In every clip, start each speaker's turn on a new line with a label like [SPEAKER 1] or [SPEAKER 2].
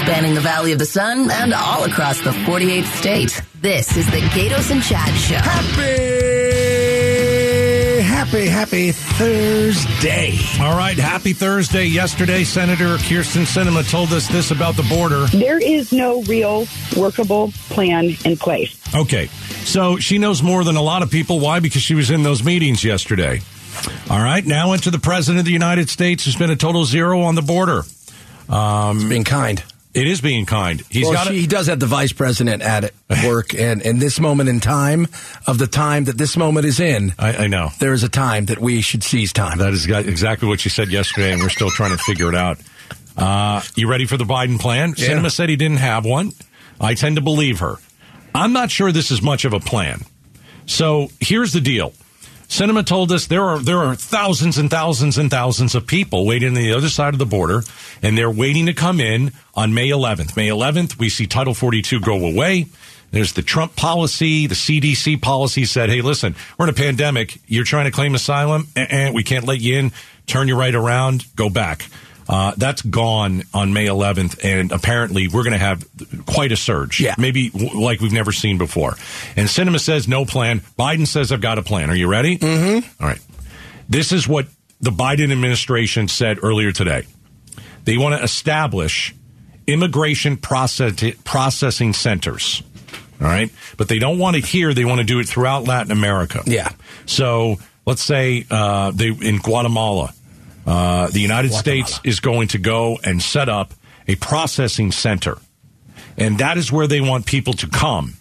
[SPEAKER 1] spanning the Valley of the Sun and all across the 48th state. This is the Gatos and Chad Show.
[SPEAKER 2] Happy, happy, happy Thursday.
[SPEAKER 3] All right, happy Thursday. Yesterday, Senator Kirsten Cinema told us this about the border.
[SPEAKER 4] There is no real workable plan in place.
[SPEAKER 3] Okay, so she knows more than a lot of people. Why? Because she was in those meetings yesterday. All right, now into the President of the United States who's been a total zero on the border.
[SPEAKER 2] Um, being kind.
[SPEAKER 3] It is being kind. He's
[SPEAKER 2] well,
[SPEAKER 3] got
[SPEAKER 2] she,
[SPEAKER 3] it.
[SPEAKER 2] he does have the vice president at work, and in this moment in time, of the time that this moment is in,
[SPEAKER 3] I, I know.
[SPEAKER 2] there is a time that we should seize time.
[SPEAKER 3] That is exactly what she said yesterday, and we're still trying to figure it out. Uh, you ready for the Biden plan?
[SPEAKER 2] Yeah.
[SPEAKER 3] Cinema said he didn't have one. I tend to believe her. I'm not sure this is much of a plan. So here's the deal. Cinema told us there are there are thousands and thousands and thousands of people waiting on the other side of the border, and they're waiting to come in on May 11th. May 11th, we see Title 42 go away. There's the Trump policy. The CDC policy said, "Hey, listen, we're in a pandemic. You're trying to claim asylum, and we can't let you in. Turn you right around. Go back." Uh, that's gone on May 11th, and apparently we're going to have quite a surge.
[SPEAKER 2] Yeah.
[SPEAKER 3] Maybe w- like we've never seen before. And Cinema says no plan. Biden says I've got a plan. Are you ready? Mm-hmm. right. This is what the Biden administration said earlier today. They want to establish immigration process- processing centers. All right. But they don't want it here. They want to do it throughout Latin America.
[SPEAKER 2] Yeah.
[SPEAKER 3] So let's say uh, they in Guatemala, uh, the United States is going to go and set up a processing center, and that is where they want people to come.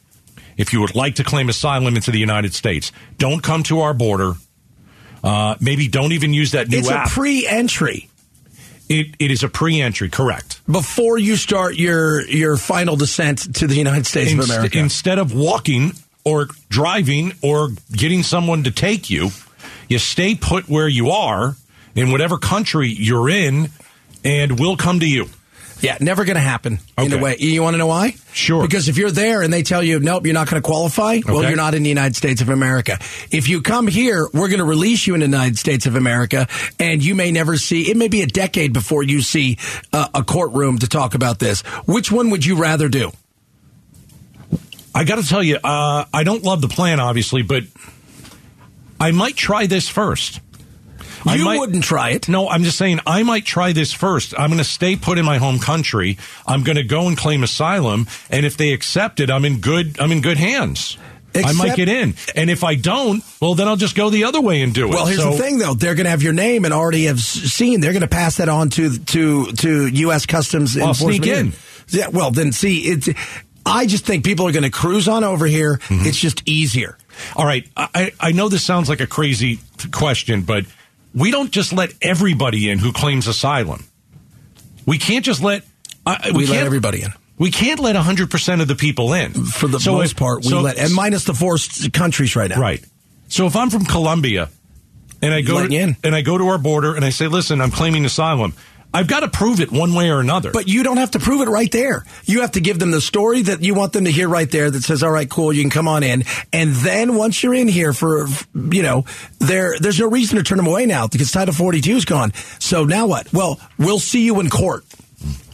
[SPEAKER 3] If you would like to claim asylum into the United States, don't come to our border. Uh, maybe don't even use that new
[SPEAKER 2] It's
[SPEAKER 3] app.
[SPEAKER 2] a pre-entry
[SPEAKER 3] it, it is a pre-entry, correct?
[SPEAKER 2] before you start your your final descent to the United States of
[SPEAKER 3] Inst-
[SPEAKER 2] America.
[SPEAKER 3] Instead of walking or driving or getting someone to take you, you stay put where you are in whatever country you're in, and we'll come to you.
[SPEAKER 2] yeah, never going to happen in a
[SPEAKER 3] Okay.
[SPEAKER 2] way. You want to know why?
[SPEAKER 3] Sure.
[SPEAKER 2] Because if you're there and they tell you, nope, you're not going to qualify, well,
[SPEAKER 3] Okay.
[SPEAKER 2] you're not in the United States of America. If you come here, we're going to release you in the United States of America, and you may never see, it may be a decade before you see uh, a courtroom to talk about this. Which one would you rather do?
[SPEAKER 3] I got to tell you, uh, I don't love the plan, obviously, but I might try this first. I
[SPEAKER 2] You
[SPEAKER 3] might-
[SPEAKER 2] wouldn't try it.
[SPEAKER 3] No, I'm just saying I might try this first. I'm going to stay put in my home country. I'm going to go and claim asylum, and if they accept it, I'm in good. I'm in good hands. I might
[SPEAKER 2] Except-
[SPEAKER 3] get in, and if I don't, well, then I'll just go the other way and do it.
[SPEAKER 2] Well, here's
[SPEAKER 3] So-
[SPEAKER 2] the thing, though. They're going to have your name and already have s- seen. They're going to pass that on to to to U.S. Customs
[SPEAKER 3] Well,
[SPEAKER 2] enforcement.
[SPEAKER 3] sneak in.
[SPEAKER 2] Yeah. Well, then see, it's. I just think people are going to cruise on over here. It's just easier.
[SPEAKER 3] All right, I, I know this sounds like a crazy t- question, but we don't just let everybody in who claims asylum. We can't just let I
[SPEAKER 2] We, let
[SPEAKER 3] can't-
[SPEAKER 2] everybody in.
[SPEAKER 3] We can't let 100% of the people in.
[SPEAKER 2] For the
[SPEAKER 3] So
[SPEAKER 2] most
[SPEAKER 3] if-
[SPEAKER 2] part, we
[SPEAKER 3] so-
[SPEAKER 2] let, and minus the four s- countries right now.
[SPEAKER 3] Right. So if I'm from Colombia and I go
[SPEAKER 2] let
[SPEAKER 3] to,
[SPEAKER 2] you in.
[SPEAKER 3] and I go to our border and I say, "Listen, I'm claiming asylum." I've got to prove it one way or another.
[SPEAKER 2] But you don't have to prove it right there. You have to give them the story that you want them to hear right there that says, all right, cool, you can come on in. And then once you're in here for, you know, there, there's no reason to turn them away now because Title 42 is gone. So now what? Well, we'll see you in court.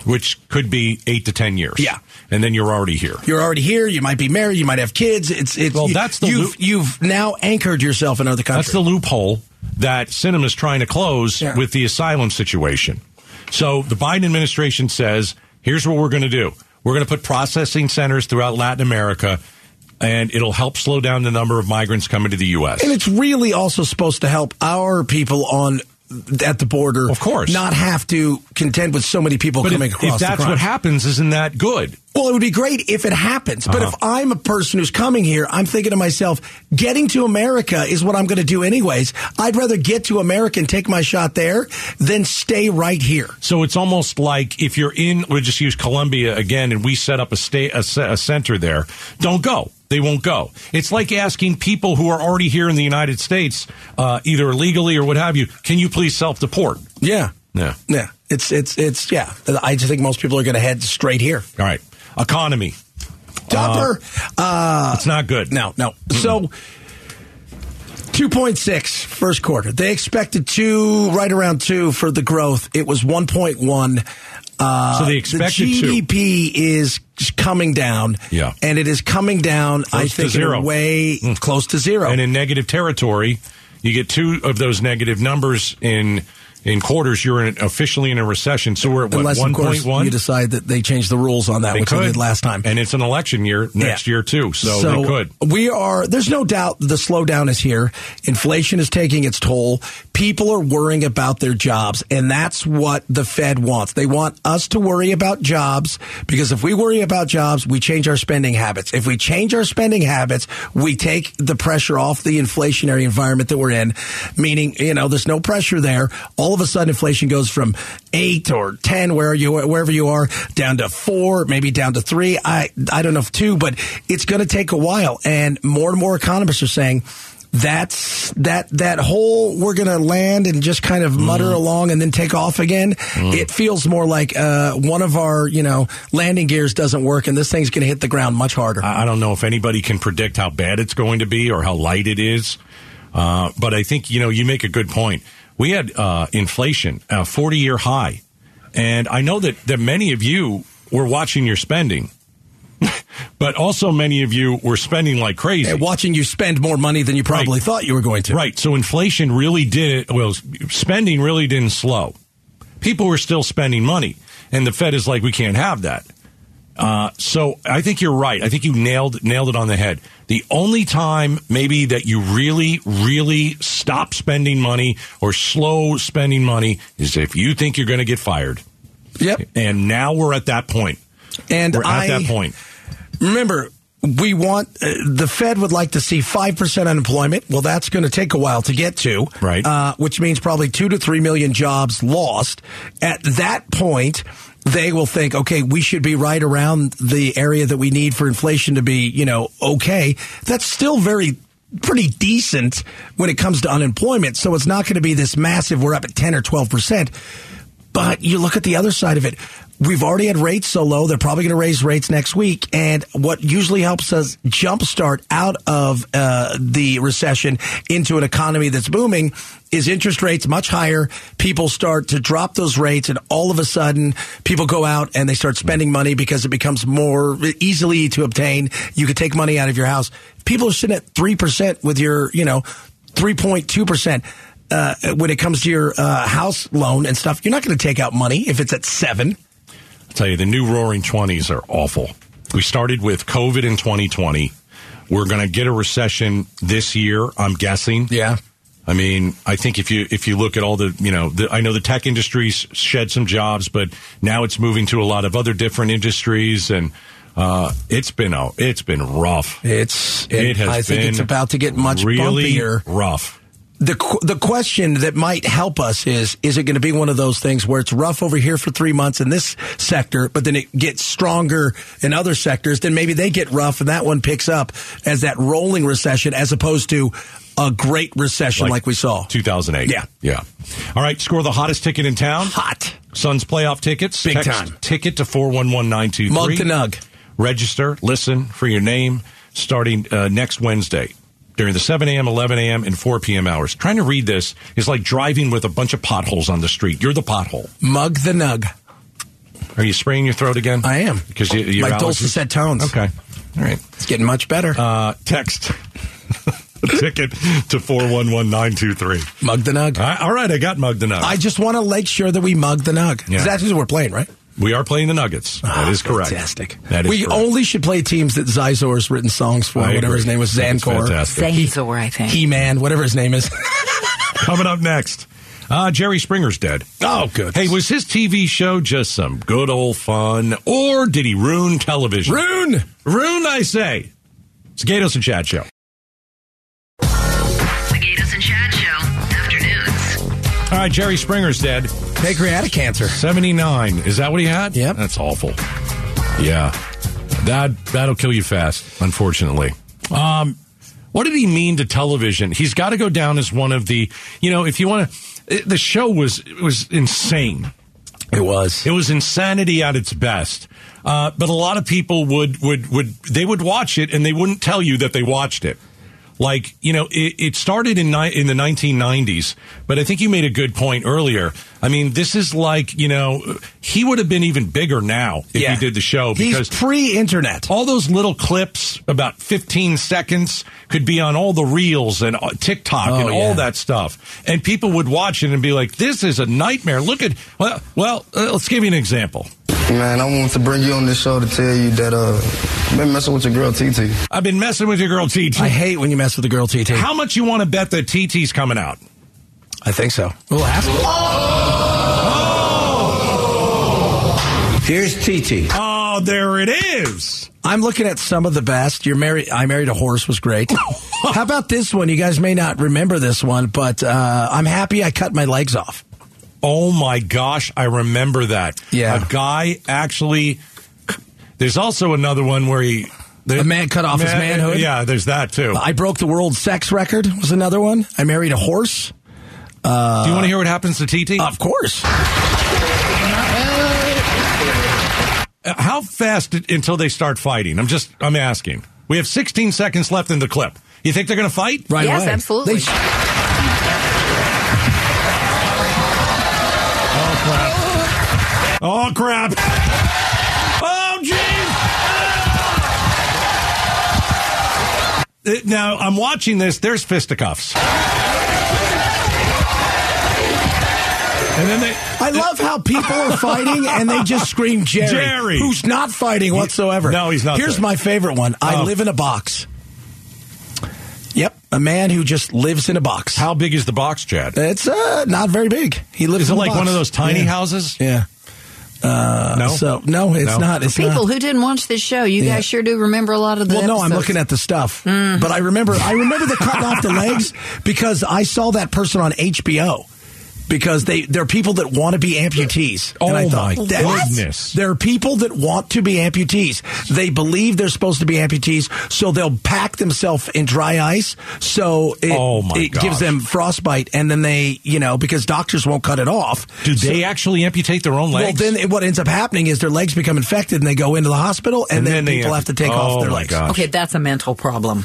[SPEAKER 3] which could be 8 to 10 years.
[SPEAKER 2] Yeah.
[SPEAKER 3] And then you're already here.
[SPEAKER 2] You're already here. You might be married. You might have kids. It's, it's,
[SPEAKER 3] Well, that's the
[SPEAKER 2] you've,
[SPEAKER 3] loop-
[SPEAKER 2] you've now anchored yourself in another country.
[SPEAKER 3] That's the loophole that cinema's trying to close
[SPEAKER 2] Yeah.
[SPEAKER 3] with the asylum situation. So the Biden administration says, here's what we're going to do. We're going to put processing centers throughout Latin America and it'll help slow down the number of migrants coming to the US.
[SPEAKER 2] And it's really also supposed to help our people on at the border,
[SPEAKER 3] Of course.
[SPEAKER 2] not have to contend with so many people
[SPEAKER 3] but
[SPEAKER 2] coming
[SPEAKER 3] if,
[SPEAKER 2] across.
[SPEAKER 3] if
[SPEAKER 2] the
[SPEAKER 3] that's what
[SPEAKER 2] crime.
[SPEAKER 3] happens, isn't that good?
[SPEAKER 2] Well, it would be great if it happens. But if I'm a person who's coming here, I'm thinking to myself, getting to America is what I'm going to do anyways. I'd rather get to America and take my shot there than stay right here.
[SPEAKER 3] So it's almost like if you're in, we'll just use Colombia again, and we set up a state a, ce- a center there. Don't go; they won't go. It's like asking people who are already here in the United States, uh, either illegally or what have you, can you please self deport?
[SPEAKER 2] Yeah.
[SPEAKER 3] Yeah.
[SPEAKER 2] Yeah. It's, it's, it's, yeah. I just think most people are going to head straight here.
[SPEAKER 3] All right, economy.
[SPEAKER 2] Topper.
[SPEAKER 3] it's not good.
[SPEAKER 2] No, no. So 2.6 first quarter. They expected two, right around two for the growth. It was 1.1. Uh,
[SPEAKER 3] So they expect
[SPEAKER 2] the
[SPEAKER 3] it to.
[SPEAKER 2] GDP is coming down.
[SPEAKER 3] Yeah.
[SPEAKER 2] and it is coming down. I
[SPEAKER 3] Close to
[SPEAKER 2] think in a
[SPEAKER 3] zero. Mm.
[SPEAKER 2] way close to zero.
[SPEAKER 3] and in negative territory, you get two of those negative numbers in in quarters. You're in, officially in a recession. So we're at what
[SPEAKER 2] Unless
[SPEAKER 3] one
[SPEAKER 2] of course
[SPEAKER 3] point one.
[SPEAKER 2] you decide that they changed the rules on that,
[SPEAKER 3] They
[SPEAKER 2] which
[SPEAKER 3] could
[SPEAKER 2] they did last time.
[SPEAKER 3] and it's an election year next
[SPEAKER 2] Yeah.
[SPEAKER 3] year too. So, they could.
[SPEAKER 2] We are. There's no doubt the slowdown is here. Inflation is taking its toll. People are worrying about their jobs, and that's what the Fed wants. They want us to worry about jobs because if we worry about jobs, we change our spending habits. If we change our spending habits, we take the pressure off the inflationary environment that we're in. Meaning, you know, there's no pressure there. All of a sudden, inflation goes from eight or ten, where you wherever you are, down to four, maybe down to three. I I don't know if two, but it's going to take a while. And more and more economists are saying that's that that whole we're going to land and just kind of
[SPEAKER 3] Mm-hmm.
[SPEAKER 2] mutter along and then take off again. It feels more like uh, one of our you know landing gears doesn't work, and this thing's going to hit the ground much harder.
[SPEAKER 3] I I don't know if anybody can predict how bad it's going to be or how light it is. Uh, but I think, you know, you make a good point. We had uh, inflation, a 40 year high. And I know that, that many of you were watching your spending, but also many of you were spending like crazy.
[SPEAKER 2] And watching you spend more money than you probably
[SPEAKER 3] Right.
[SPEAKER 2] thought you were going to.
[SPEAKER 3] Right. So inflation really did well. s- Spending really didn't slow. People were still spending money, and the Fed is like, we can't have that. Uh, so I think you're right. I think you nailed nailed it on the head. The only time maybe that you really, really stop spending money or slow spending money is if you think you're going to get fired.
[SPEAKER 2] Yep.
[SPEAKER 3] And now we're at that point.
[SPEAKER 2] And
[SPEAKER 3] We're
[SPEAKER 2] I,
[SPEAKER 3] at that point.
[SPEAKER 2] remember we want uh, the fed would like to see 5% unemployment well that's going to take a while to get to
[SPEAKER 3] Right.
[SPEAKER 2] uh, which means probably 2 to 3 million jobs lost at that point they will think okay we should be right around the area that we need for inflation to be you know okay that's still very pretty decent when it comes to unemployment so it's not going to be this massive we're up at 10 or 12% but you look at the other side of it. We've already had rates so low, they're probably going to raise rates next week. And what usually helps us jumpstart out of uh, the recession into an economy that's booming is interest rates much higher. People start to drop those rates, and all of a sudden, people go out and they start spending money because it becomes more easily to obtain. You could take money out of your house. People are sitting at 3% with your, you know, 3.2% uh, when it comes to your uh, house loan and stuff, you're not going to take out money if it's at seven.
[SPEAKER 3] I'll tell you, the new roaring 20s are awful. We started with COVID in 2020. We're going to get a recession this year, I'm guessing.
[SPEAKER 2] Yeah.
[SPEAKER 3] I mean, I think if you if you look at all the, you know, the, I know the tech industries shed some jobs, but now it's moving to a lot of other different industries and uh, it's been oh, it's been rough.
[SPEAKER 2] It's.
[SPEAKER 3] it has
[SPEAKER 2] I think
[SPEAKER 3] been
[SPEAKER 2] it's about to get much
[SPEAKER 3] really
[SPEAKER 2] bumpier.
[SPEAKER 3] rough.
[SPEAKER 2] The qu- the question that might help us is: Is it going to be one of those things where it's rough over here for three months in this sector, but then it gets stronger in other sectors? Then maybe they get rough, and that one picks up as that rolling recession, as opposed to a great recession like, we saw.
[SPEAKER 3] 2008.
[SPEAKER 2] Yeah.
[SPEAKER 3] Yeah. All right, score the hottest ticket in town.
[SPEAKER 2] Hot
[SPEAKER 3] Suns playoff tickets.
[SPEAKER 2] Big
[SPEAKER 3] Text
[SPEAKER 2] time.
[SPEAKER 3] Ticket to 411923.
[SPEAKER 2] mug to nug.
[SPEAKER 3] register, listen for your name starting uh, next Wednesday during the 7 a.m., 11 a.m., and 4 p.m. hours. Trying to read this is like driving with a bunch of potholes on the street. You're the pothole.
[SPEAKER 2] Mug the nug.
[SPEAKER 3] Are you spraying your throat again?
[SPEAKER 2] I am.
[SPEAKER 3] Because you, you're
[SPEAKER 2] Like dulcet tones.
[SPEAKER 3] Okay. All right.
[SPEAKER 2] It's getting much better.
[SPEAKER 3] Uh, text ticket to 411923.
[SPEAKER 2] mug the nug.
[SPEAKER 3] All right, all right, I got mugged enough.
[SPEAKER 2] I just want to make sure that we mug the Nug. 'Cause
[SPEAKER 3] Yeah.
[SPEAKER 2] That's who we're playing, right?
[SPEAKER 3] we are playing the Nuggets. That is correct.
[SPEAKER 2] Ah, Fantastic.
[SPEAKER 3] That is
[SPEAKER 2] we
[SPEAKER 3] correct.
[SPEAKER 2] only should play teams that Zizor's written songs for,
[SPEAKER 3] I
[SPEAKER 2] whatever
[SPEAKER 3] agree.
[SPEAKER 2] his name was,
[SPEAKER 3] That's
[SPEAKER 2] Zancor,
[SPEAKER 3] fantastic.
[SPEAKER 5] Zangzor, I think.
[SPEAKER 2] He uh, Man, whatever his name is.
[SPEAKER 3] Coming up next, uh, Jerry Springer's dead.
[SPEAKER 2] Oh, good.
[SPEAKER 3] Hey, was his TV show just some good old fun, or did he ruin television?
[SPEAKER 2] Rune!
[SPEAKER 3] ruin, I say. It's Gatos and Chad Show.
[SPEAKER 1] The Gatos and Chad Show. Afternoons.
[SPEAKER 3] All right, Jerry Springer's dead.
[SPEAKER 2] Pancreatic cancer.
[SPEAKER 3] 79. Is that what he had?
[SPEAKER 2] Yep.
[SPEAKER 3] That's awful. Yeah. That, that'll kill you fast, unfortunately. Um, what did he mean to television? He's got to go down as one of the, you know, if you want to, the show was, it was insane.
[SPEAKER 2] It was.
[SPEAKER 3] It was insanity at its best. Uh, but a lot of people would, would, would, they would watch it and they wouldn't tell you that they watched it. Like you know, it, it started in ni- in the 1990s, but I think you made a good point earlier. I mean, this is like you know, he would have been even bigger now if he did the show because Oh.
[SPEAKER 2] He's pre-internet.
[SPEAKER 3] all those little clips, about 15 seconds, could be on all the reels and uh, TikTok
[SPEAKER 2] Oh,
[SPEAKER 3] and all
[SPEAKER 2] yeah.
[SPEAKER 3] that stuff. And people would watch it and be like, this is a nightmare. Look at, well, well uh, let's give you an example.
[SPEAKER 5] Man, I want to bring you on this show to tell you that uh, I've been messing with your girl TT.
[SPEAKER 3] I've been messing with your girl, TT.
[SPEAKER 2] I hate when you mess with a girl, TT.
[SPEAKER 3] How much you want to bet that TT's coming out?
[SPEAKER 2] I think so. We'll ask.
[SPEAKER 6] Here's TT.
[SPEAKER 3] Oh, there it is.
[SPEAKER 2] I'm looking at some of the best. You're married. I married a horse was great. How about this one? You guys may not remember this one, but uh, I'm happy I cut my legs off.
[SPEAKER 3] Oh my gosh, I remember that.
[SPEAKER 2] Yeah.
[SPEAKER 3] A guy actually, there's also another one where he,
[SPEAKER 2] A man cut off his manhood?
[SPEAKER 3] Yeah, there's that too.
[SPEAKER 2] I broke the world sex record was another one. I married a horse.
[SPEAKER 3] Do
[SPEAKER 2] Uh,
[SPEAKER 3] you want to hear what happens to TT?
[SPEAKER 2] Of course.
[SPEAKER 3] How fast did- until they start fighting? I'm just, I'm asking. We have 16 seconds left in the clip. You think they're going to fight?
[SPEAKER 2] Right
[SPEAKER 1] Yes,
[SPEAKER 2] away.
[SPEAKER 1] absolutely.
[SPEAKER 2] They-
[SPEAKER 3] Oh, crap. Oh, jeez. Uh, Now, I'm watching this. There's fisticuffs. And then they.
[SPEAKER 2] I love how people are fighting and they just scream Jerry,
[SPEAKER 3] Jerry.
[SPEAKER 2] who's not fighting whatsoever.
[SPEAKER 3] No, he's not
[SPEAKER 2] Here's
[SPEAKER 3] there.
[SPEAKER 2] my favorite one. I
[SPEAKER 3] Oh.
[SPEAKER 2] live in a box. Yep, a man who just lives in a box.
[SPEAKER 3] How big is the box, Chad?
[SPEAKER 2] It's uh, not very big. He lives
[SPEAKER 3] Is it
[SPEAKER 2] in a
[SPEAKER 3] like
[SPEAKER 2] box.
[SPEAKER 3] one of those tiny
[SPEAKER 2] Yeah.
[SPEAKER 3] houses?
[SPEAKER 2] Yeah.
[SPEAKER 3] no.
[SPEAKER 2] So no, it's
[SPEAKER 3] No.
[SPEAKER 2] not. It's
[SPEAKER 1] People
[SPEAKER 2] not.
[SPEAKER 1] who didn't watch this show, you
[SPEAKER 2] Yeah.
[SPEAKER 1] guys sure do remember a lot of the.
[SPEAKER 2] Well, no, I'm
[SPEAKER 1] episodes.
[SPEAKER 2] looking at the stuff,
[SPEAKER 1] Mm.
[SPEAKER 2] but I remember I remember the cutting off the legs because I saw that person on HBO because they there are people that want to be amputees. and I
[SPEAKER 3] Oh,
[SPEAKER 2] thought,
[SPEAKER 3] my
[SPEAKER 2] "That's-
[SPEAKER 3] goodness.
[SPEAKER 2] There are people that want to be amputees. They believe they're supposed to be amputees, so they'll pack themselves in dry ice, so it,
[SPEAKER 3] Oh, my
[SPEAKER 2] it
[SPEAKER 3] gosh.
[SPEAKER 2] gives them frostbite, and then they you know because doctors won't cut it off.
[SPEAKER 3] Do
[SPEAKER 2] So-
[SPEAKER 3] they actually amputate their own legs?
[SPEAKER 2] Well, then it- what ends up happening is their legs become infected and they go into the hospital, and,
[SPEAKER 3] And
[SPEAKER 2] then,
[SPEAKER 3] then they
[SPEAKER 2] people
[SPEAKER 3] have
[SPEAKER 2] have to
[SPEAKER 3] to-
[SPEAKER 2] take
[SPEAKER 3] oh
[SPEAKER 2] off their
[SPEAKER 3] my
[SPEAKER 2] legs.
[SPEAKER 3] God.
[SPEAKER 7] Okay, that's a mental problem.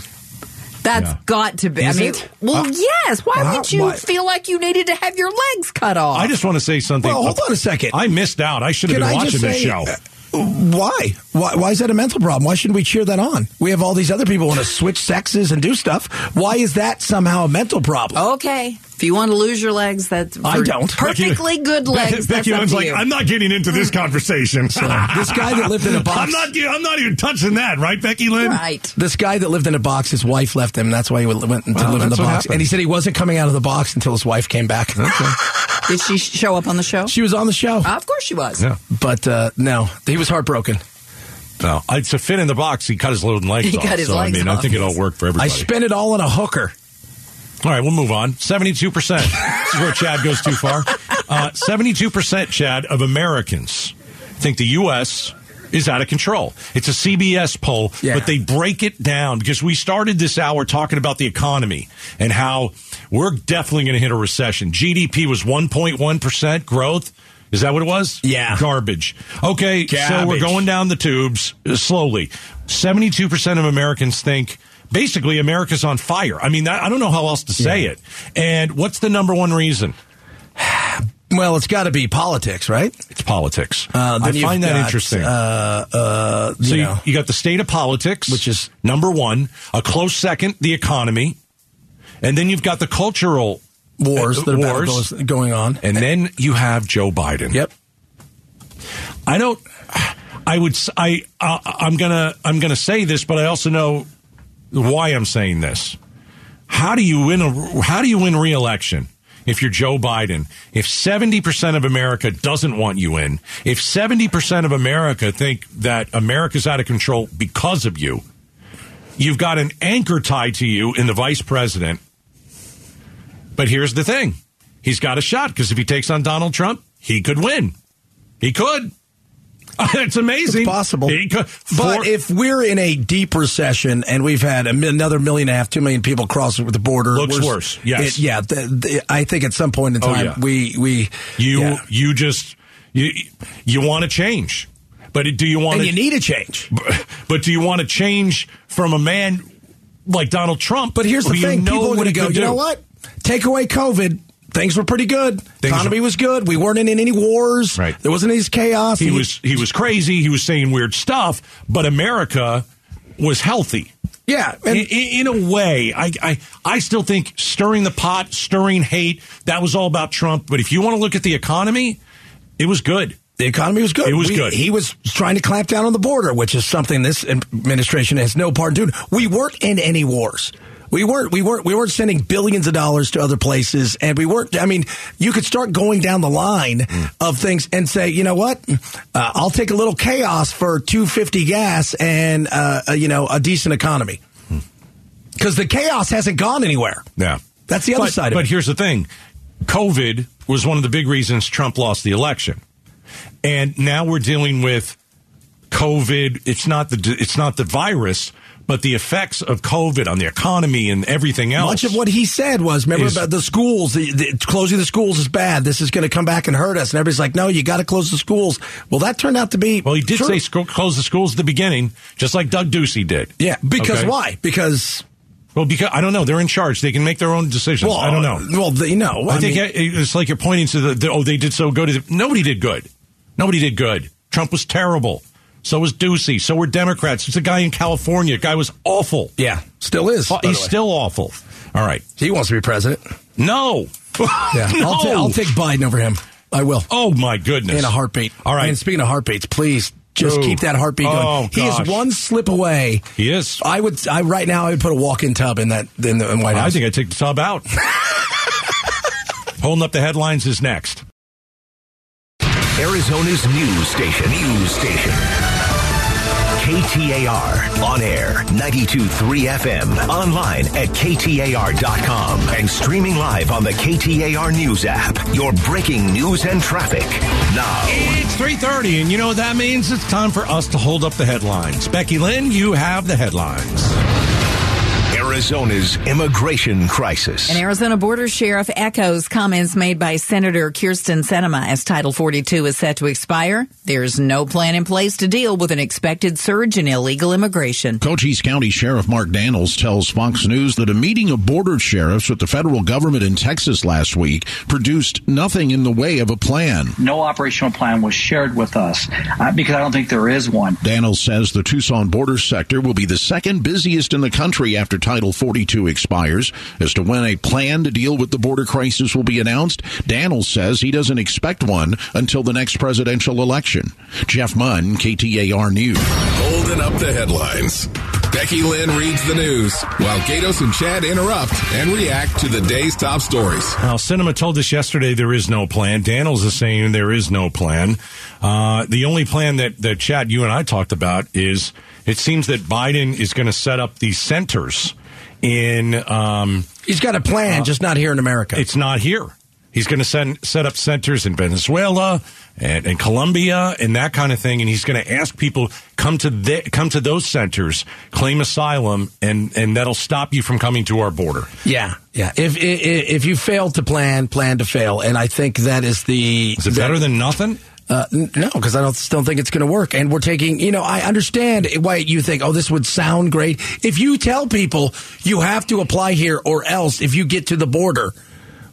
[SPEAKER 7] That's
[SPEAKER 3] Yeah.
[SPEAKER 7] got to be.
[SPEAKER 2] Is
[SPEAKER 7] I mean,
[SPEAKER 2] it?
[SPEAKER 7] well,
[SPEAKER 2] Uh,
[SPEAKER 7] yes. Why
[SPEAKER 2] uh,
[SPEAKER 7] would you
[SPEAKER 2] why-
[SPEAKER 7] feel like you needed to have your legs cut off?
[SPEAKER 3] I just want to say something.
[SPEAKER 2] Well, hold on a second.
[SPEAKER 3] I missed out. I should have
[SPEAKER 2] Can
[SPEAKER 3] been
[SPEAKER 2] I
[SPEAKER 3] watching
[SPEAKER 2] just
[SPEAKER 3] this
[SPEAKER 2] say,
[SPEAKER 3] show.
[SPEAKER 2] uh, Why? why? Why is that a mental problem? Why shouldn't we cheer that on? We have all these other people want to switch sexes and do stuff. Why is that somehow a mental problem?
[SPEAKER 3] Oh.
[SPEAKER 7] okay.
[SPEAKER 1] If you want to lose your legs, that's
[SPEAKER 2] I
[SPEAKER 1] for
[SPEAKER 2] don't.
[SPEAKER 1] Perfectly good legs.
[SPEAKER 3] Becky
[SPEAKER 1] that's
[SPEAKER 3] Lynn's
[SPEAKER 1] up to
[SPEAKER 3] like,
[SPEAKER 1] you. Mm.
[SPEAKER 3] I'm not getting into this conversation.
[SPEAKER 2] This guy that lived in a box.
[SPEAKER 3] I'm not. I'm not even touching that, right, Becky Lynn?
[SPEAKER 1] right.
[SPEAKER 2] This guy that lived in a box, his wife left him. That's why he went went to
[SPEAKER 3] Wow,
[SPEAKER 2] live in the
[SPEAKER 3] that's what
[SPEAKER 2] box.
[SPEAKER 3] happened.
[SPEAKER 2] And he said he wasn't coming out of the box until his wife came back.
[SPEAKER 1] Did she show up on the show?
[SPEAKER 2] she was on the show,
[SPEAKER 1] of course she was.
[SPEAKER 3] Yeah.
[SPEAKER 2] but uh, no, he was heartbroken.
[SPEAKER 3] No, I, to fit in the box, he cut his little legs
[SPEAKER 1] He
[SPEAKER 3] off.
[SPEAKER 1] cut his
[SPEAKER 3] so
[SPEAKER 1] legs
[SPEAKER 3] I mean, I
[SPEAKER 1] off,
[SPEAKER 3] think it all worked for everybody.
[SPEAKER 2] I spent it all on a hooker.
[SPEAKER 3] all right, we'll move on. Seventy-two percent. this is where Chad goes too far. Uh, Seventy-two percent, Chad, of Americans think the U.S. is out of control. It's a CBS poll,
[SPEAKER 2] Yeah.
[SPEAKER 3] but they break it down because we started this hour talking about the economy and how we're definitely going to hit a recession. GDP was one point one percent growth. Is that what it was?
[SPEAKER 2] Yeah.
[SPEAKER 3] Garbage. Okay, so we're
[SPEAKER 2] Garbage.
[SPEAKER 3] going down the tubes uh, slowly. 72% of Americans think basically America's on fire. I mean, that, I don't know how else to say it. And what's the number one reason?
[SPEAKER 2] Well, it's got to be politics, right?
[SPEAKER 3] It's politics.
[SPEAKER 2] Uh, then
[SPEAKER 3] I find
[SPEAKER 2] you've
[SPEAKER 3] that
[SPEAKER 2] got,
[SPEAKER 3] interesting.
[SPEAKER 2] Uh, uh, you
[SPEAKER 3] so you,
[SPEAKER 2] know,
[SPEAKER 3] you got the state of politics,
[SPEAKER 2] Which is-
[SPEAKER 3] number one, a close second, the economy. And then you've got the cultural
[SPEAKER 2] wars
[SPEAKER 3] uh,
[SPEAKER 2] that are about to
[SPEAKER 3] wars.
[SPEAKER 2] go- going on.
[SPEAKER 3] And then you have Joe Biden.
[SPEAKER 2] Yep.
[SPEAKER 3] I don't. I would. s- I. Uh, I'm gonna. I'm gonna say this, but I also know why I'm saying this. How do you win a? How do you win re-election if you're Joe Biden? If 70 percent of America doesn't want you in, if 70 percent of America think that America's out of control because of you, you've got an anchor tied to you in the vice president. But here's the thing: he's got a shot because if he takes on Donald Trump, he could win. He could. it's amazing.
[SPEAKER 2] It's possible.
[SPEAKER 3] He could.
[SPEAKER 2] But
[SPEAKER 3] For-
[SPEAKER 2] if we're in a deep recession and we've had a, mi- another million and a half, two million people cross the border,
[SPEAKER 3] Looks
[SPEAKER 2] we're-
[SPEAKER 3] worse, yes.
[SPEAKER 2] it- yeah. th- th- I think at some point in
[SPEAKER 3] Oh,
[SPEAKER 2] time
[SPEAKER 3] yeah.
[SPEAKER 2] we we
[SPEAKER 3] you
[SPEAKER 2] yeah.
[SPEAKER 3] you just you you want to change, but do you want
[SPEAKER 2] and
[SPEAKER 3] to
[SPEAKER 2] you need a change.
[SPEAKER 3] But do you want to change from a man like Donald Trump.
[SPEAKER 2] But here's the
[SPEAKER 3] who you
[SPEAKER 2] thing:
[SPEAKER 3] know
[SPEAKER 2] people are
[SPEAKER 3] what
[SPEAKER 2] going to
[SPEAKER 3] he
[SPEAKER 2] go.
[SPEAKER 3] could
[SPEAKER 2] You
[SPEAKER 3] do.
[SPEAKER 2] know what? Take away COVID. Things were pretty good.
[SPEAKER 3] Things
[SPEAKER 2] Economy
[SPEAKER 3] were-
[SPEAKER 2] was good. We weren't in any wars.
[SPEAKER 3] Right.
[SPEAKER 2] There wasn't any chaos.
[SPEAKER 3] He was he was crazy. He was saying weird stuff. But America was healthy.
[SPEAKER 2] Yeah.
[SPEAKER 3] In,
[SPEAKER 2] And
[SPEAKER 3] in, in a way, I, I I still think stirring the pot, stirring hate, that was all about Trump. But if you want to look at the economy, it was good.
[SPEAKER 2] the economy was good.
[SPEAKER 3] It was
[SPEAKER 2] We-
[SPEAKER 3] good.
[SPEAKER 2] He was trying to clamp down on the border, which is something this administration has no part in doing. We weren't in any wars. We weren't. We weren't. We weren't sending billions of dollars to other places, and we weren't. I mean, you could start going down the line of things and say, you know what? Uh, I'll take a little chaos for two fifty gas and uh, uh, you know a decent economy, because the chaos hasn't gone anywhere.
[SPEAKER 3] Yeah.
[SPEAKER 2] That's the other
[SPEAKER 3] but,
[SPEAKER 2] side of
[SPEAKER 3] But
[SPEAKER 2] it.
[SPEAKER 3] here's the thing COVID was one of the big reasons Trump lost the election. And now we're dealing with COVID. It's not the it's not the virus, but the effects of COVID on the economy and everything else.
[SPEAKER 2] Much of what he said was, remember
[SPEAKER 3] Is-
[SPEAKER 2] about the schools, the, the, closing the schools is bad. This is going to come back and hurt us. And everybody's like, no, you got to close the schools. Well, that turned out to be.
[SPEAKER 3] well, he did
[SPEAKER 2] true.
[SPEAKER 3] say sc- close the schools at the beginning, just like Doug Ducey did.
[SPEAKER 2] Yeah, because
[SPEAKER 3] Okay?
[SPEAKER 2] why? Because
[SPEAKER 3] Well, because I don't know. They're in charge. They can make their own decisions.
[SPEAKER 2] well,
[SPEAKER 3] I don't know.
[SPEAKER 2] Well, they, no,
[SPEAKER 3] I, think I- it's like you're pointing to the, the oh they did so good. To the, nobody did good. Nobody did good. Trump was terrible. So was Ducey. So were Democrats. It's a guy in California. Guy was awful.
[SPEAKER 2] yeah, still is.
[SPEAKER 3] Aw-
[SPEAKER 2] by the
[SPEAKER 3] he's
[SPEAKER 2] way.
[SPEAKER 3] still awful. All right.
[SPEAKER 2] he wants to be president.
[SPEAKER 3] No.
[SPEAKER 2] Yeah,
[SPEAKER 3] no.
[SPEAKER 2] I'll, ta- I'll take Biden over him. I will
[SPEAKER 3] Oh my goodness.
[SPEAKER 2] in a heartbeat.
[SPEAKER 3] All right.
[SPEAKER 2] And speaking of heartbeats, please. Just
[SPEAKER 3] Ooh.
[SPEAKER 2] keep that heartbeat going.
[SPEAKER 3] Oh,
[SPEAKER 2] he is
[SPEAKER 3] gosh.
[SPEAKER 2] one slip away.
[SPEAKER 3] He is.
[SPEAKER 2] I would. I right now. I would put a walk-in tub in that in the in White House.
[SPEAKER 3] I think I take the tub out. Holding up the headlines is next.
[SPEAKER 6] Arizona's news station. News station. KTAR. On air. 92.3 FM. Online at KTAR.com. And streaming live on the KTAR News app. Your breaking news and traffic. Now.
[SPEAKER 3] It's 3:30 and you know what that means? It's time for us to hold up the headlines. Becky Lynn, you have the headlines.
[SPEAKER 6] Arizona's immigration crisis.
[SPEAKER 7] An Arizona border sheriff echoes comments made by Senator Kirsten Sinema as Title 42 is set to expire. There's no plan in place to deal with an expected surge in illegal immigration.
[SPEAKER 8] Cochise County Sheriff Mark Daniels tells Fox News that a meeting of border sheriffs with the federal government in Texas last week produced nothing in the way of a plan.
[SPEAKER 9] no operational plan was shared with us uh, because I don't think there is one.
[SPEAKER 8] Daniels says the Tucson border sector will be the second busiest in the country after Title 42 expires. As to when a plan to deal with the border crisis will be announced, Daniels says he doesn't expect one until the next presidential election. Jeff Munn, KTAR News.
[SPEAKER 10] Holding up the headlines. Becky Lynn reads the news while Gatos and Chad interrupt and react to the day's top stories.
[SPEAKER 3] Now, Cinema told us yesterday there is no plan. Daniels is saying there is no plan. Uh, the only plan that, that Chad, you and I talked about is it seems that Biden is going to set up these centers in, um,
[SPEAKER 2] He's got a
[SPEAKER 10] Uh-huh.
[SPEAKER 2] plan, just not here in America.
[SPEAKER 3] it's not here. He's going to send, set up centers in Venezuela and, and Colombia and that kind of thing. And he's going to ask people come to the, come to those centers, claim asylum, and, and that'll stop you from coming to our border.
[SPEAKER 2] yeah, yeah. If, if if you fail to plan, plan to fail, and I think that is the.
[SPEAKER 3] Is it better than nothing?
[SPEAKER 2] Uh, n- no, because I don't still think it's going to work. And we're taking. You know, I understand why you think. Oh, this would sound great. If you tell people you have to apply here, or else if you get to the border.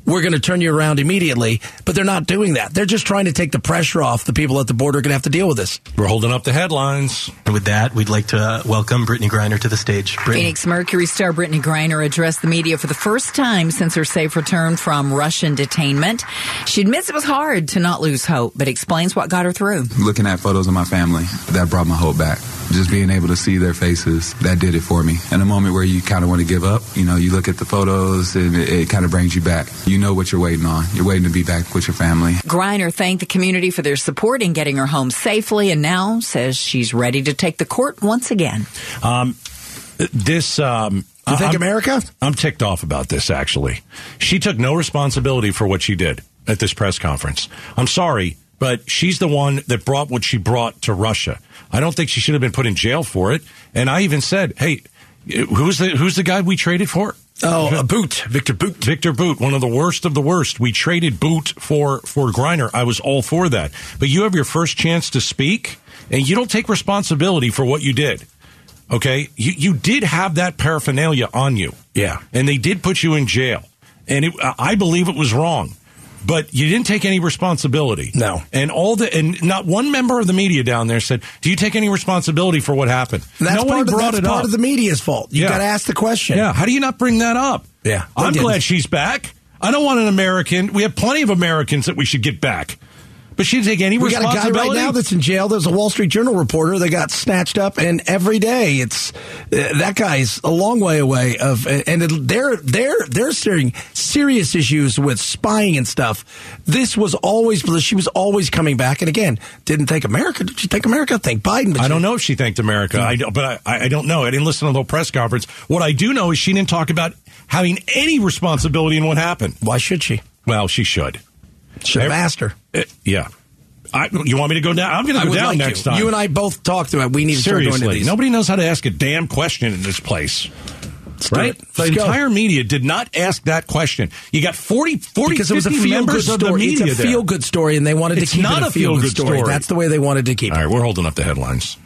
[SPEAKER 2] We're going to turn you around immediately, but they're not doing that. They're just trying to take the pressure off the people at the border. Are going to have to deal with this.
[SPEAKER 3] We're holding up the headlines.
[SPEAKER 11] And with that, we'd like to uh, welcome Brittany Griner to the stage. Brittany.
[SPEAKER 7] Phoenix Mercury star Brittany Griner addressed the media for the first time since her safe return from Russian detainment. She admits it was hard to not lose hope, but explains what got her through.
[SPEAKER 11] Looking at photos of my family, that brought my hope back. Just being able to see their faces, that did it for me. In a moment where you kind of want to give up, you know, you look at the photos and it, it kind of brings you back. You know what you're waiting on. You're waiting to be back with your family.
[SPEAKER 7] Griner thanked the community for their support in getting her home safely and now says she's ready to take the court once again.
[SPEAKER 3] Uh, This, um,
[SPEAKER 2] You
[SPEAKER 3] I-
[SPEAKER 2] think
[SPEAKER 3] I'm-
[SPEAKER 2] America?
[SPEAKER 3] I'm ticked off about this, actually. She took no responsibility for what she did at this press conference. I'm sorry, but she's the one that brought what she brought to Russia. I don't think she should have been put in jail for it. And I even said, hey, who's the, who's the guy we traded for?
[SPEAKER 2] Oh, a boot, Victor Boot.
[SPEAKER 3] Victor Boot, one of the worst of the worst. We traded Boot for for Griner. I was all for that. But you have your first chance to speak, and you don't take responsibility for what you did. Okay, you you did have that paraphernalia on you.
[SPEAKER 2] Yeah,
[SPEAKER 3] and they did put you in jail, and it, I I believe it was wrong, but you didn't take any responsibility.
[SPEAKER 2] No.
[SPEAKER 3] and all the and not one member of the media down there said, "Do you take any responsibility for what happened?"
[SPEAKER 2] That's
[SPEAKER 3] no
[SPEAKER 2] part,
[SPEAKER 3] one
[SPEAKER 2] of,
[SPEAKER 3] brought
[SPEAKER 2] that's
[SPEAKER 3] it
[SPEAKER 2] part
[SPEAKER 3] up.
[SPEAKER 2] of the media's fault. You
[SPEAKER 3] Yeah.
[SPEAKER 2] got to ask the question.
[SPEAKER 3] Yeah, how do you not bring that up?
[SPEAKER 2] Yeah, they
[SPEAKER 3] I'm
[SPEAKER 2] didn't.
[SPEAKER 3] glad she's back. I don't want an American. We have plenty of Americans that we should get back, but she didn't take any
[SPEAKER 2] we got a guy
[SPEAKER 3] responsibility.
[SPEAKER 2] right now that's in jail. There's a Wall Street Journal reporter that got snatched up, and every day it's uh, that guy's a long way away of, uh, and it, they're they're they're seeing serious issues with spying and stuff. This was always she was always coming back, and again didn't thank America. Did she thank America? Thank Biden. But
[SPEAKER 3] I
[SPEAKER 2] she-
[SPEAKER 3] don't know if she thanked America. I don't, but I, I don't know. I didn't listen to the whole press conference. What I do know is she didn't talk about having any responsibility in what happened.
[SPEAKER 2] Why should she?
[SPEAKER 3] Well, she should.
[SPEAKER 2] Should have asked her.
[SPEAKER 3] Eh, yeah. I, you want me to go down? I'm going
[SPEAKER 2] I
[SPEAKER 3] to go
[SPEAKER 2] would
[SPEAKER 3] down
[SPEAKER 2] like
[SPEAKER 3] next
[SPEAKER 2] you.
[SPEAKER 3] time.
[SPEAKER 2] You and I both talked about we need to start
[SPEAKER 3] Seriously,
[SPEAKER 2] going to these.
[SPEAKER 3] nobody knows how to ask a damn question in this place.
[SPEAKER 2] do
[SPEAKER 3] right?
[SPEAKER 2] it.
[SPEAKER 3] The
[SPEAKER 2] Let's go.
[SPEAKER 3] entire media did not ask that question. You got 40, 40
[SPEAKER 2] because it was a
[SPEAKER 3] 50
[SPEAKER 2] feel good
[SPEAKER 3] members of the
[SPEAKER 2] story. It's
[SPEAKER 3] media
[SPEAKER 2] a feel good story, and they wanted
[SPEAKER 3] It's
[SPEAKER 2] to keep
[SPEAKER 3] not
[SPEAKER 2] it
[SPEAKER 3] a
[SPEAKER 2] a feel good
[SPEAKER 3] feel-good
[SPEAKER 2] story.
[SPEAKER 3] story.
[SPEAKER 2] That's the way they wanted to keep
[SPEAKER 3] there.
[SPEAKER 2] it.
[SPEAKER 3] All right, we're holding up the headlines.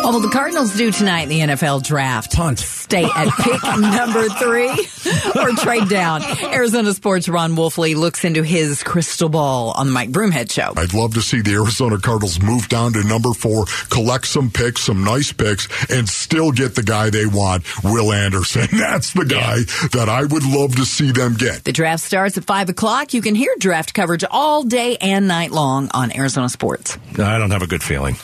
[SPEAKER 7] Oh, well, the Cardinals do tonight in the NFL draft.
[SPEAKER 2] Punt.
[SPEAKER 7] Stay at pick number three or trade down. Arizona Sports' Ron Wolfley looks into his crystal ball on the Mike Broomhead Show.
[SPEAKER 12] I'd love to see the Arizona Cardinals move down to number four, collect some picks, some nice picks, and still get the guy they want, Will Anderson. That's the guy that I would love to see them get.
[SPEAKER 7] The draft starts at 5 o'clock. You can hear draft coverage all day and night long on Arizona Sports.
[SPEAKER 3] I don't have a good feeling.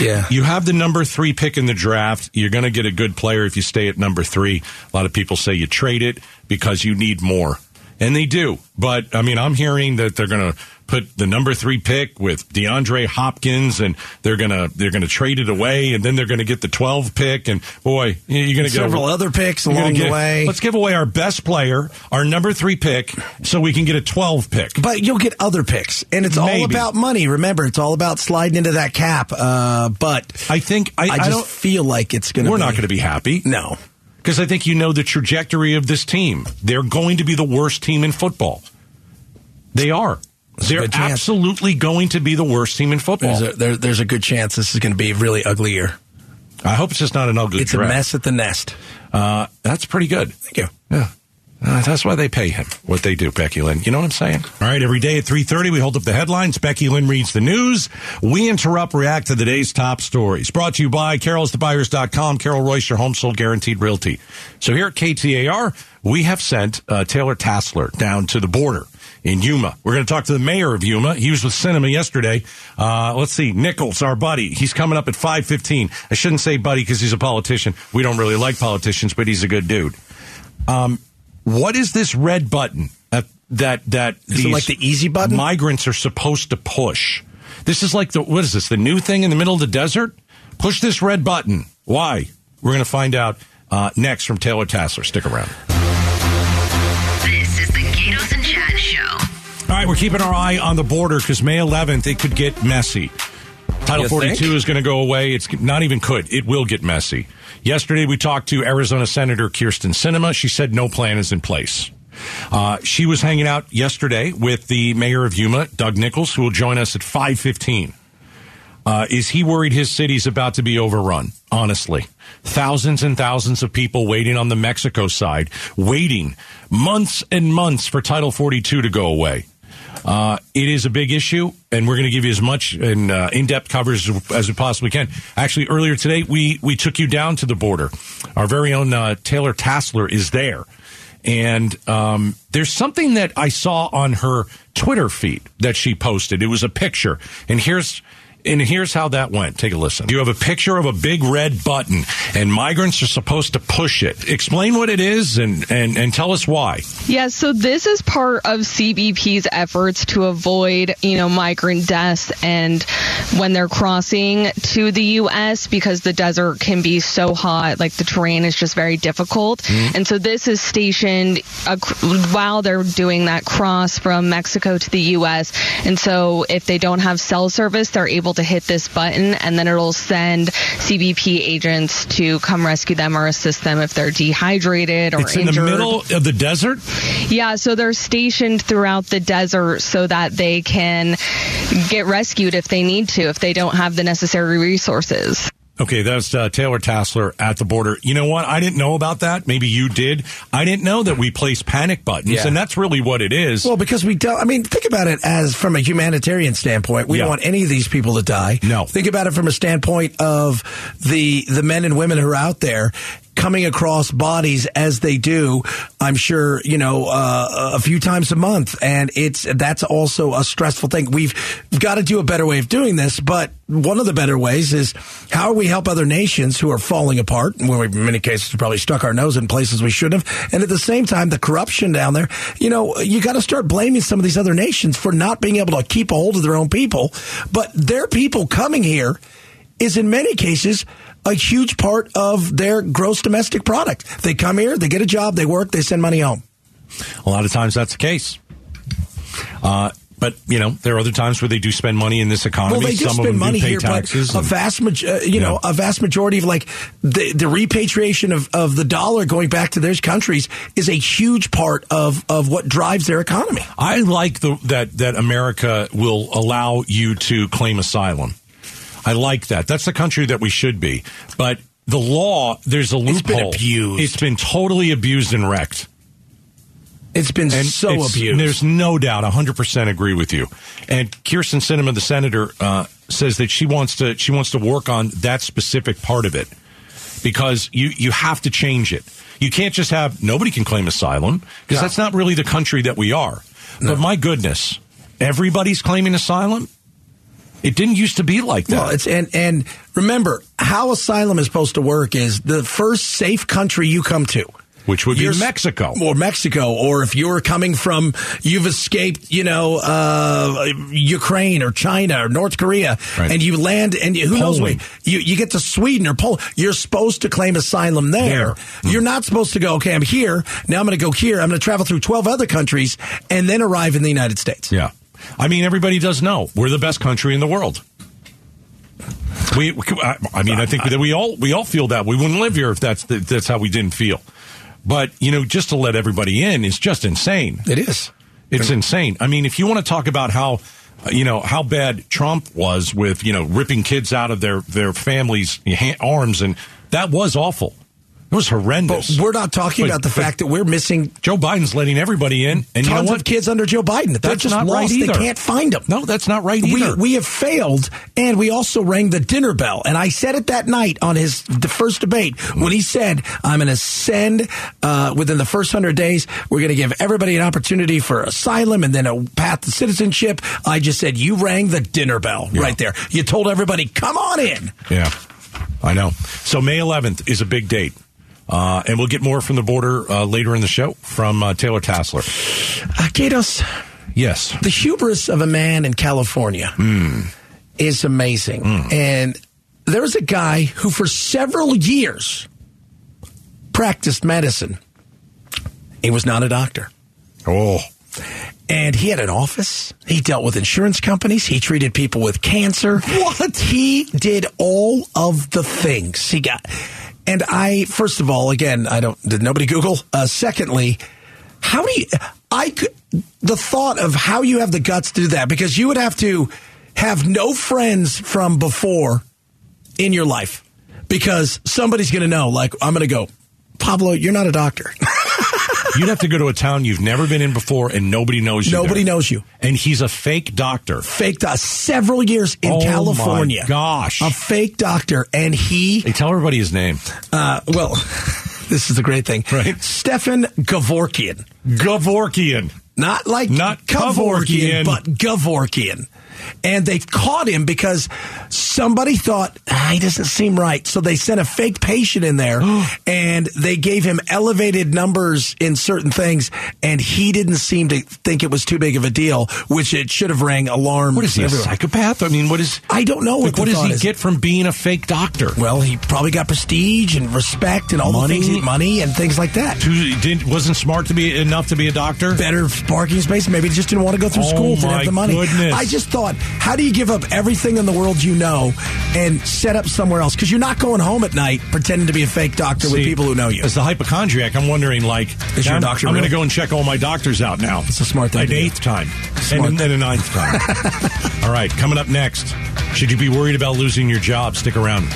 [SPEAKER 2] Yeah.
[SPEAKER 3] You have the number three pick in the draft. You're going to get a good player if you stay at number three. A lot of people say you trade it because you need more. And they do. But, I mean, I'm hearing that they're going to put the number three pick with DeAndre Hopkins and they're going to, they're going to trade it away and then they're going to get the 12 pick. And boy, you're going to get
[SPEAKER 2] Several other picks
[SPEAKER 3] you're gonna
[SPEAKER 2] along the
[SPEAKER 3] get-
[SPEAKER 2] way.
[SPEAKER 3] Let's give away our best player, our number three pick, so we can get a 12 pick.
[SPEAKER 2] But you'll get other picks, and it's all
[SPEAKER 3] Maybe.
[SPEAKER 2] about money. Remember, it's all about sliding into that cap. Uh, but
[SPEAKER 3] I think, I,
[SPEAKER 2] I,
[SPEAKER 3] I
[SPEAKER 2] just
[SPEAKER 3] don't,
[SPEAKER 2] feel like it's going to.
[SPEAKER 3] we're not going to be happy.
[SPEAKER 2] No,
[SPEAKER 3] Because I think you know the trajectory of this team. They're going to be the worst team in football. They are.
[SPEAKER 2] a
[SPEAKER 3] They're
[SPEAKER 2] good chance.
[SPEAKER 3] absolutely going to be the worst team in football.
[SPEAKER 2] there's a, there, there's a good chance this is going to be a really ugly year.
[SPEAKER 3] I hope it's just not an ugly
[SPEAKER 2] It's
[SPEAKER 3] draft.
[SPEAKER 2] a mess at the nest.
[SPEAKER 3] Uh, that's pretty good.
[SPEAKER 2] Thank you.
[SPEAKER 3] Yeah. Uh, that's why they pay him what they do, Becky Lynn. You know what I'm saying? All right, every day at 3.30, we hold up the headlines. Becky Lynn reads the news. We interrupt, react to the day's top stories. Brought to you by carolsthebuyers.com, Carol Royce, your home sold guaranteed realty. So here at KTAR, we have sent uh, Taylor Tassler down to the border in Yuma. We're going to talk to the mayor of Yuma. He was with Cinema yesterday. Uh, let's see, Nichols, our buddy. He's coming up at 5.15. I shouldn't say buddy because he's a politician. We don't really like politicians, but he's a good dude. Um, what is this red button that that that
[SPEAKER 2] Is it like the easy button?
[SPEAKER 3] migrants are supposed to push? This is like the what is this the new thing in the middle of the desert? Push this red button. Why? We're going to find out uh, next from Taylor Tassler. Stick around.
[SPEAKER 1] This is the Gatos and Chad Show.
[SPEAKER 3] All right, we're keeping our eye on the border because May 11th it could get messy. Title
[SPEAKER 2] You
[SPEAKER 3] 42
[SPEAKER 2] think?
[SPEAKER 3] is going to go away. It's not even could. It will get messy. Yesterday we talked to Arizona Senator Kirsten Sinema. She said no plan is in place. Uh, she was hanging out yesterday with the mayor of Yuma, Doug Nichols, who will join us at 515. Uh, is he worried his city's about to be overrun? Honestly, thousands and thousands of people waiting on the Mexico side, waiting months and months for Title 42 to go away. Uh, it is a big issue, and we're going to give you as much in, uh, in-depth coverage as we possibly can. Actually, earlier today, we we took you down to the border. Our very own uh, Taylor Tassler is there, and um, there's something that I saw on her Twitter feed that she posted. It was a picture, and here's and here's how that went. Take a listen. You have a picture of a big red button, and migrants are supposed to push it. Explain what it is, and and and tell us why.
[SPEAKER 13] Yeah, so this is part of CBP's efforts to avoid, you know, migrant deaths and when they're crossing to the U.S. because the desert can be so hot, like the terrain is just very difficult.
[SPEAKER 3] Mm-hmm.
[SPEAKER 13] And so this is stationed ac- while they're doing that cross from Mexico to the U.S. And so if they don't have cell service, they're able to hit this button and then it'll send CBP agents to come rescue them or assist them if they're dehydrated or
[SPEAKER 3] It's in
[SPEAKER 13] injured.
[SPEAKER 3] the middle of the desert.
[SPEAKER 13] Yeah, so they're stationed throughout the desert so that they can get rescued if they need to if they don't have the necessary resources.
[SPEAKER 3] Okay, that's uh, Taylor Tassler at the border. You know what? I didn't know about that. Maybe you did. I didn't know that we place panic buttons,
[SPEAKER 2] Yeah.
[SPEAKER 3] and that's really what it is.
[SPEAKER 2] Well, because we don't. I mean, think about it as from a humanitarian standpoint. We
[SPEAKER 3] Yeah.
[SPEAKER 2] don't want any of these people to die.
[SPEAKER 3] No.
[SPEAKER 2] Think about it from a standpoint of the the men and women who are out there coming across bodies as they do. I'm sure you know uh, a few times a month, and it's that's also a stressful thing. We've got to do a better way of doing this, but one of the better ways is how we help other nations who are falling apart, and where we, in many cases, probably stuck our nose in places we shouldn't have. And at the same time, the corruption down there, you know, you got to start blaming some of these other nations for not being able to keep a hold of their own people. But their people coming here is, in many cases, a huge part of their gross domestic product. They come here, they get a job, they work, they send money home.
[SPEAKER 3] A lot of times that's the case. Uh, but you know, there are other times where they do spend money in this economy.
[SPEAKER 2] Well, they do
[SPEAKER 3] Some of
[SPEAKER 2] spend
[SPEAKER 3] them
[SPEAKER 2] money
[SPEAKER 3] do pay
[SPEAKER 2] here,
[SPEAKER 3] taxes.
[SPEAKER 2] but a
[SPEAKER 3] and-
[SPEAKER 2] vast, maj- uh, you know, a vast majority of like the, the repatriation of, of the dollar going back to their countries is a huge part of, of what drives their economy.
[SPEAKER 3] I like the, that that America will allow you to claim asylum. I like that. That's the country that we should be. But the law, there's a loophole.
[SPEAKER 2] been abused.
[SPEAKER 3] It's been totally abused and wrecked.
[SPEAKER 2] It's been so
[SPEAKER 3] it's-
[SPEAKER 2] abused.
[SPEAKER 3] There's no doubt. 100% agree with you. And Kirsten Sinema, the senator, uh, says that she wants to she wants to work on that specific part of it because you you have to change it. You can't just have nobody can claim asylum because that's not really the country that we are. But my goodness, everybody's claiming asylum. It didn't used to be like that.
[SPEAKER 2] Well, it's and and remember how asylum is supposed to work is the first safe country you come to.
[SPEAKER 3] Which would be
[SPEAKER 2] s-
[SPEAKER 3] Mexico.
[SPEAKER 2] or Mexico, or if you're coming from, you've escaped, you know, uh, Ukraine or China or North Korea,
[SPEAKER 3] Right.
[SPEAKER 2] and you land, and you, who knows
[SPEAKER 3] Poland.
[SPEAKER 2] where you, you get to Sweden or Poland. You're supposed to claim asylum there. You're
[SPEAKER 3] Hmm.
[SPEAKER 2] not supposed to go. Okay, I'm here now. I'm going to go here. I'm going to travel through 12 other countries and then arrive in the United States.
[SPEAKER 3] Yeah. I mean, everybody does know we're the best country in the world. We, we- I I mean, I think that we all we all feel that we wouldn't live here if that's the, that's how we didn't feel. But you know, just to let everybody in is just insane.
[SPEAKER 2] It is.
[SPEAKER 3] It's insane. I mean, if you want to talk about how uh, you know how bad Trump was with you know ripping kids out of their their families' ha- arms, and that was awful. It was horrendous.
[SPEAKER 2] We're not talking
[SPEAKER 3] But-
[SPEAKER 2] about the
[SPEAKER 3] but
[SPEAKER 2] fact that we're missing
[SPEAKER 3] Joe Biden's letting everybody in, and
[SPEAKER 2] tons
[SPEAKER 3] you know what?
[SPEAKER 2] of kids under Joe Biden. That
[SPEAKER 3] That's
[SPEAKER 2] just
[SPEAKER 3] not right
[SPEAKER 2] lost.
[SPEAKER 3] either.
[SPEAKER 2] they can't find them.
[SPEAKER 3] No, that's not right either.
[SPEAKER 2] We, we have failed, and we also rang the dinner bell. And I said it that night on his the first debate when he said, "I'm going to send uh, within the first hundred days. We're going to give everybody an opportunity for asylum and then a path to citizenship." I just said, "You rang the dinner bell right there. You told everybody, come on in."
[SPEAKER 3] Yeah, I know. So May 11th is a big date. Uh, and we'll get more from the border uh, later in the show from uh, Taylor Tassler.
[SPEAKER 2] Uh, Gatos,
[SPEAKER 3] Yes.
[SPEAKER 2] the hubris of a man in California is amazing. And there was a guy who, for several years, practiced medicine. He was not a doctor.
[SPEAKER 3] Oh.
[SPEAKER 2] And he had an office. He dealt with insurance companies. He treated people with cancer. What? He did all of the things he got. And I, first of all, again, I don't, did nobody Google? Uh, secondly, how do you, I could, the thought of how you have the guts to do that, because you would have to have no friends from before in your life because somebody's going to know, like, I'm going to go, Pablo, you're not a doctor.
[SPEAKER 3] You'd have to go to a town you've never been in before and nobody knows you.
[SPEAKER 2] Nobody knows you.
[SPEAKER 3] And he's a fake doctor.
[SPEAKER 2] faked us several years in
[SPEAKER 3] Oh, my
[SPEAKER 2] California.
[SPEAKER 3] gosh.
[SPEAKER 2] a fake doctor, and he.
[SPEAKER 3] They tell everybody his name.
[SPEAKER 2] Uh, well, this is the great thing, right? Stefan Gavorkian,
[SPEAKER 3] Gavorkian.
[SPEAKER 2] not like
[SPEAKER 3] Not Kevorkian.
[SPEAKER 2] but Gavorkian. And they caught him because somebody thought ah, he doesn't seem right, so they sent a fake patient in there, and they gave him elevated numbers in certain things, and he didn't seem to think it was too big of a deal, which it should have rang alarm.
[SPEAKER 3] What is he, a
[SPEAKER 2] everywhere.
[SPEAKER 3] psychopath? I mean, what is.
[SPEAKER 2] I don't know
[SPEAKER 3] Like,
[SPEAKER 2] Oh, what,
[SPEAKER 3] what
[SPEAKER 2] the
[SPEAKER 3] does
[SPEAKER 2] thought
[SPEAKER 3] he
[SPEAKER 2] is.
[SPEAKER 3] get from being a fake doctor?
[SPEAKER 2] Well, he probably got prestige and respect and all
[SPEAKER 3] Money?
[SPEAKER 2] the things, he- money and things like that.
[SPEAKER 3] Who didn't, wasn't smart to be enough to be a doctor?
[SPEAKER 2] Better parking space. Maybe he just didn't want to go through
[SPEAKER 3] Oh,
[SPEAKER 2] school. Didn't
[SPEAKER 3] my
[SPEAKER 2] have the money.
[SPEAKER 3] goodness.
[SPEAKER 2] I just thought, how do you give up everything in the world you know go and set up somewhere else because you're not going home at night pretending to be a fake doctor with
[SPEAKER 3] See,
[SPEAKER 2] people who know you.
[SPEAKER 3] As the hypochondriac, I'm wondering, like,
[SPEAKER 2] Is your
[SPEAKER 3] I'm,
[SPEAKER 2] doctor
[SPEAKER 3] I'm going to
[SPEAKER 2] real?
[SPEAKER 3] go and check all my doctors out now. It's
[SPEAKER 2] a smart thing
[SPEAKER 3] An
[SPEAKER 2] to do.
[SPEAKER 3] eighth time,
[SPEAKER 2] Smart.
[SPEAKER 3] and then a ninth time. all right, coming up next. Should you be worried about losing your job? Stick around.